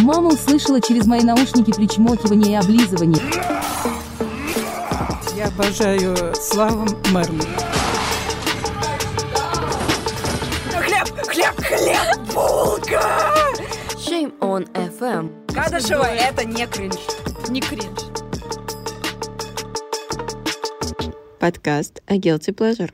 Мама услышала через мои наушники причмокивание и облизывание. Я обожаю Славу Мерли. Хлеб, хлеб, хлеб, булка! Shame on FM. Кадышева это не кринж. Не кринж. Подкаст о Guilty Pleasure.